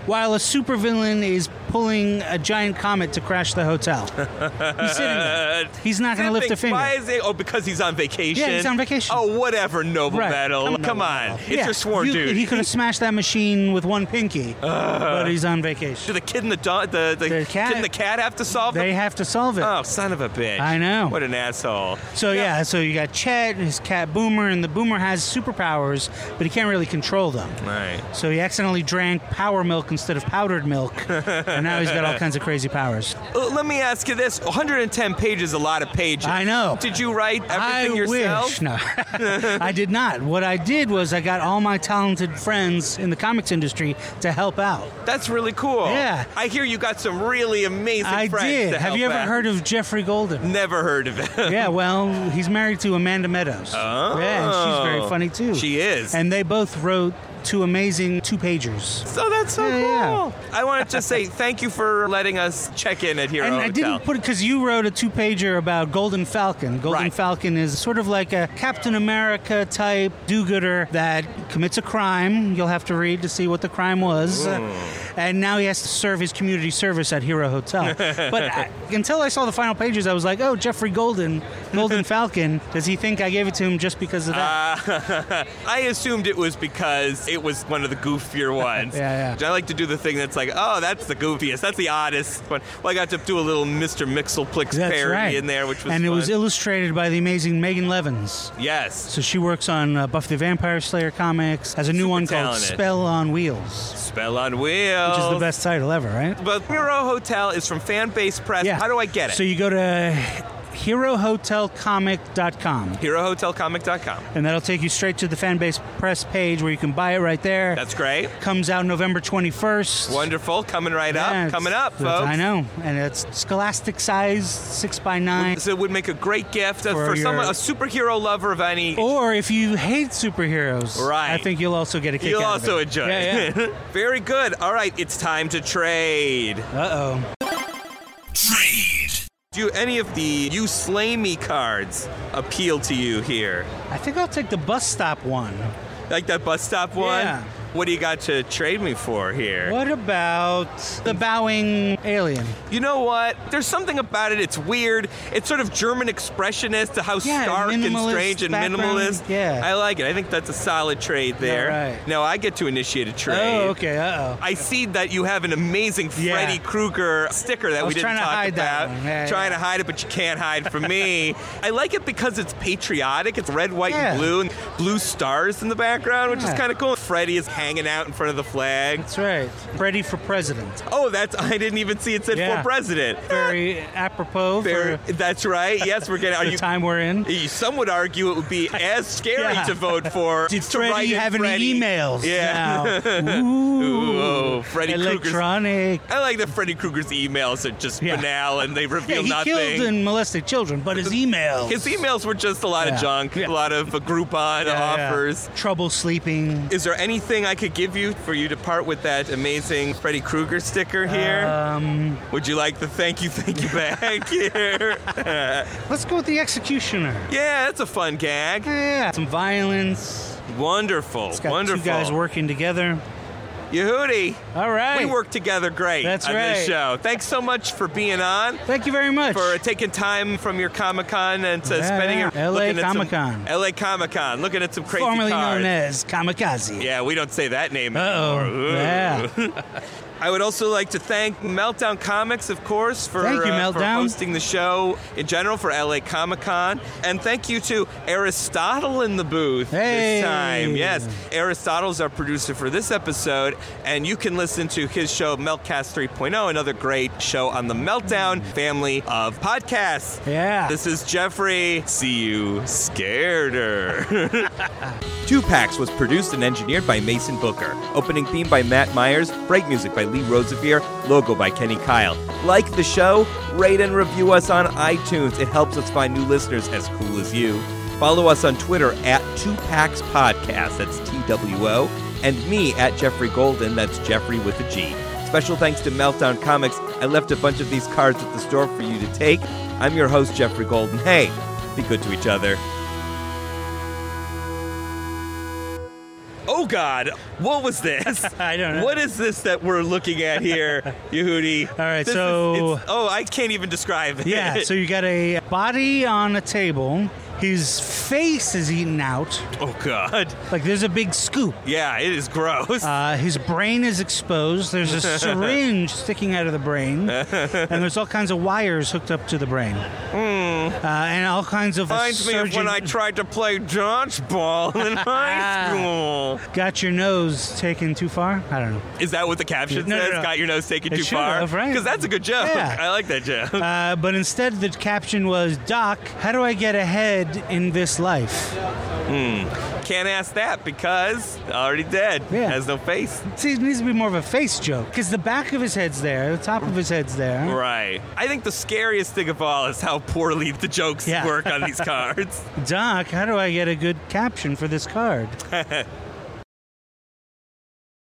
Speaker 2: while a supervillain is pulling a giant comet to crash the hotel. He's sitting
Speaker 1: Uh,
Speaker 2: there. He's not going to lift a
Speaker 1: Zipping.
Speaker 2: finger.
Speaker 1: Why is it? Oh, because he's on vacation.
Speaker 2: Yeah, he's on vacation.
Speaker 1: Oh, whatever, noble
Speaker 2: Right.
Speaker 1: medal. Come, on, it's
Speaker 2: Yeah,
Speaker 1: your sworn
Speaker 2: you-
Speaker 1: duty.
Speaker 2: He could have smashed that machine with one pinky, but he's on vacation.
Speaker 1: Do the kid and the dog, the, the,
Speaker 2: The cat-
Speaker 1: kid and the cat have to solve
Speaker 2: They
Speaker 1: it?
Speaker 2: have to solve it.
Speaker 1: Oh, son of a bitch!
Speaker 2: I know.
Speaker 1: What an asshole.
Speaker 2: So yeah. so you got Chet, his cat Boomer, and the Boomer has superpowers, but he can't really control them.
Speaker 1: All right.
Speaker 2: So he accidentally drank power milk instead of powdered milk, and now he's got all kinds of crazy powers.
Speaker 1: Uh, Let me ask you this: 110 pages, is a lot of pages.
Speaker 2: I know.
Speaker 1: Did you write
Speaker 2: I
Speaker 1: everything yourself?
Speaker 2: wish. No, I did not. What I did was I got all my talented friends in the comics industry to help out.
Speaker 1: That's really cool.
Speaker 2: Yeah.
Speaker 1: I hear you got some really amazing
Speaker 2: I
Speaker 1: friends.
Speaker 2: did.
Speaker 1: to
Speaker 2: Have
Speaker 1: help
Speaker 2: you ever
Speaker 1: out.
Speaker 2: heard of Jeffrey Golden?
Speaker 1: Never heard of it.
Speaker 2: yeah, well, he's married to Amanda Meadows.
Speaker 1: Oh.
Speaker 2: Yeah, and she's very funny too.
Speaker 1: She is.
Speaker 2: And they both wrote two amazing two pagers.
Speaker 1: So that's so
Speaker 2: Yeah, yeah.
Speaker 1: cool. I want to just say thank you for letting us check in at Hero
Speaker 2: And I
Speaker 1: Hotel.
Speaker 2: didn't put it because you wrote a two pager about Golden Falcon. Golden
Speaker 1: Right.
Speaker 2: Falcon is sort of like a Captain America type do gooder that commits a crime. You'll have to read to see what the crime was. Uh, And now he has to serve his community service at Hero Hotel. but I, until I saw the final pages, I was like, oh, Jeffrey Golden, Golden Falcon, does he think I gave it to him just because of
Speaker 1: Ah,
Speaker 2: that?
Speaker 1: I assumed it was because it was one of the goofier ones.
Speaker 2: Yeah, yeah.
Speaker 1: I like to do the thing that's like, oh, that's the goofiest, that's the oddest one. Well, I got to do a little Mr. Mixelplix
Speaker 2: That's
Speaker 1: parody
Speaker 2: right.
Speaker 1: in there, which was
Speaker 2: and it was
Speaker 1: fun.
Speaker 2: illustrated by the amazing Megan Levins.
Speaker 1: yes,
Speaker 2: So she works on uh, Buffy the Vampire Slayer comics, has a new
Speaker 1: Super
Speaker 2: one called
Speaker 1: talented.
Speaker 2: Spell on Wheels,
Speaker 1: spell on wheels.
Speaker 2: which is the best title ever, right?
Speaker 1: But Hero Hotel is from Fan Base Press. How do I get it?
Speaker 2: So you go to herohotelcomic.com
Speaker 1: HeroHotelComic.com.
Speaker 2: and that'll take you straight to the fan base press page where you can buy it right there.
Speaker 1: That's great.
Speaker 2: comes out November 21st.
Speaker 1: Wonderful. Coming right
Speaker 2: Yeah,
Speaker 1: up.
Speaker 2: it's-
Speaker 1: Coming up,
Speaker 2: it's-
Speaker 1: folks.
Speaker 2: I know. And it's scholastic size, 6 by 9
Speaker 1: So it would make a great gift uh,
Speaker 2: For
Speaker 1: for,
Speaker 2: your- Oh,
Speaker 1: someone, a superhero lover of any.
Speaker 2: Or if you hate superheroes,
Speaker 1: Right.
Speaker 2: I think you'll also get a kick
Speaker 1: You'll
Speaker 2: out of
Speaker 1: also
Speaker 2: it.
Speaker 1: enjoy
Speaker 2: Yeah,
Speaker 1: it. Very good. All right, it's time to trade.
Speaker 2: yeah. Uh-oh.
Speaker 1: Do any of the You Slay Me cards appeal to you here?
Speaker 2: I think I'll take the bus stop one.
Speaker 1: Like that bus stop one?
Speaker 2: Yeah.
Speaker 1: What do you got to trade me for here?
Speaker 2: What about the bowing alien?
Speaker 1: You know what? There's something about it. It's weird. It's sort of German expressionist to how
Speaker 2: Yeah,
Speaker 1: stark and
Speaker 2: minimalist
Speaker 1: strange and
Speaker 2: background.
Speaker 1: minimalist.
Speaker 2: Yeah.
Speaker 1: I like it. I think that's a solid trade there.
Speaker 2: right.
Speaker 1: Now I get to initiate a trade.
Speaker 2: Oh, okay. Uh oh.
Speaker 1: I see that you have an amazing
Speaker 2: Yeah.
Speaker 1: Freddy Krueger sticker that
Speaker 2: I
Speaker 1: we
Speaker 2: was
Speaker 1: didn't
Speaker 2: trying to
Speaker 1: talk
Speaker 2: hide that
Speaker 1: about.
Speaker 2: one. Yeah,
Speaker 1: trying
Speaker 2: yeah.
Speaker 1: to hide it, but you can't hide from me. I like it because it's patriotic. It's red, white,
Speaker 2: Yeah.
Speaker 1: and blue, and blue stars in the background, which
Speaker 2: Yeah.
Speaker 1: is kind of cool. Freddy is hanging out in front of the flag.
Speaker 2: That's right. Ready for president.
Speaker 1: Oh, that's I didn't even see it said
Speaker 2: Yeah.
Speaker 1: for president.
Speaker 2: Very apropos
Speaker 1: There-
Speaker 2: for
Speaker 1: that's right. Yes, we're getting. Are
Speaker 2: the
Speaker 1: you?
Speaker 2: time we're in.
Speaker 1: Some would argue it would be as scary
Speaker 2: Yeah.
Speaker 1: to vote for.
Speaker 2: Did
Speaker 1: to write
Speaker 2: Freddie
Speaker 1: in
Speaker 2: have any
Speaker 1: Freddy.
Speaker 2: emails?
Speaker 1: Yeah.
Speaker 2: Now? Ooh.
Speaker 1: Ooh, Freddy Krueger's
Speaker 2: Electronic.
Speaker 1: I like that Freddy Krueger's emails are just
Speaker 2: Yeah.
Speaker 1: banal and they reveal
Speaker 2: Yeah, he
Speaker 1: nothing.
Speaker 2: killed and molested children, but his emails.
Speaker 1: His emails were just a lot
Speaker 2: Yeah.
Speaker 1: of junk,
Speaker 2: Yeah.
Speaker 1: a lot of uh, Groupon
Speaker 2: Yeah, yeah.
Speaker 1: offers.
Speaker 2: Trouble sleeping.
Speaker 1: Is there anything I could give you for you to part with that amazing Freddy Krueger sticker here?
Speaker 2: Um,
Speaker 1: Would you like the thank you, thank you back here?
Speaker 2: let's go with the executioner.
Speaker 1: yeah, that's a fun gag.
Speaker 2: Yeah. Some violence.
Speaker 1: Wonderful,
Speaker 2: It's got
Speaker 1: wonderful.
Speaker 2: two guys working together.
Speaker 1: Yehudi,
Speaker 2: All right.
Speaker 1: we work together great
Speaker 2: That's
Speaker 1: on
Speaker 2: right.
Speaker 1: this show. Thanks so much for being on.
Speaker 2: Thank you very much.
Speaker 1: for uh, taking time from your Comic Con and to
Speaker 2: Yeah,
Speaker 1: spending
Speaker 2: yeah.
Speaker 1: your
Speaker 2: LA
Speaker 1: looking at some-
Speaker 2: Comic-Con.
Speaker 1: LA Comic Con, looking at some crazy
Speaker 2: formerly
Speaker 1: cards.
Speaker 2: known as Kamikaze.
Speaker 1: yeah, we don't say that name
Speaker 2: Uh-oh.
Speaker 1: anymore. Ooh.
Speaker 2: Yeah.
Speaker 1: I would also like to thank Meltdown Comics, of course, for,
Speaker 2: Thank you,
Speaker 1: uh, for
Speaker 2: Meltdown.
Speaker 1: hosting the show in general for LA Comic Con. And thank you to Aristotle in the booth
Speaker 2: Hey.
Speaker 1: this time. Yes, Aristotle's our producer for this episode, and you can listen to his show, Meltcast 3.0, another great show on the Meltdown family of podcasts.
Speaker 2: Yeah.
Speaker 1: This is Jeffrey. See you scareder. Two Packs was produced and engineered by Mason Booker. Opening theme by Matt Myers, break music by Lee Rosevier, logo by Kenny Kyle. Like the show? Rate and review us on iTunes. It helps us find new listeners as cool as you. Follow us on Twitter at Two Packs Podcast, that's T W O, and me at Jeffrey Golden, that's Jeffrey with a G. Special thanks to Meltdown Comics. I left a bunch of these cards at the store for you to take. I'm your host, Jeffrey Golden. Hey, be good to each other. Oh, God, what was this?
Speaker 2: I don't know.
Speaker 1: What is this that we're looking at here, Yehudi? All
Speaker 2: right, so-
Speaker 1: oh, I can't even describe it.
Speaker 2: Yeah, so you got a body on a table. His face is eaten out.
Speaker 1: oh God.
Speaker 2: Like there's a big scoop.
Speaker 1: Yeah, it is gross.
Speaker 2: Uh, his brain is exposed. There's a syringe sticking out of the brain, and there's all kinds of wires hooked up to the brain, uh, and all kinds of
Speaker 1: Hmm. Reminds me of when
Speaker 2: surgeon
Speaker 1: I tried to play dodgeball in high school.
Speaker 2: got your nose taken too far. I don't know.
Speaker 1: Is that what the caption
Speaker 2: No, no,
Speaker 1: says?
Speaker 2: no.
Speaker 1: Got your nose taken
Speaker 2: It
Speaker 1: too
Speaker 2: should
Speaker 1: far?
Speaker 2: have, right.
Speaker 1: Because that's a good joke.
Speaker 2: Yeah.
Speaker 1: I like that joke.
Speaker 2: Uh, but instead, the caption was, "Doc, how do I get ahead in this life?"
Speaker 1: Can't ask that because already dead.
Speaker 2: Yeah.
Speaker 1: Has no face.
Speaker 2: See, it needs to be more of a face joke because the back of his head's there, the top of his head's there.
Speaker 1: Right. I think the scariest thing of all is how poorly the jokes
Speaker 2: Yeah.
Speaker 1: work on these cards.
Speaker 2: Doc, how do I get a good caption for this card?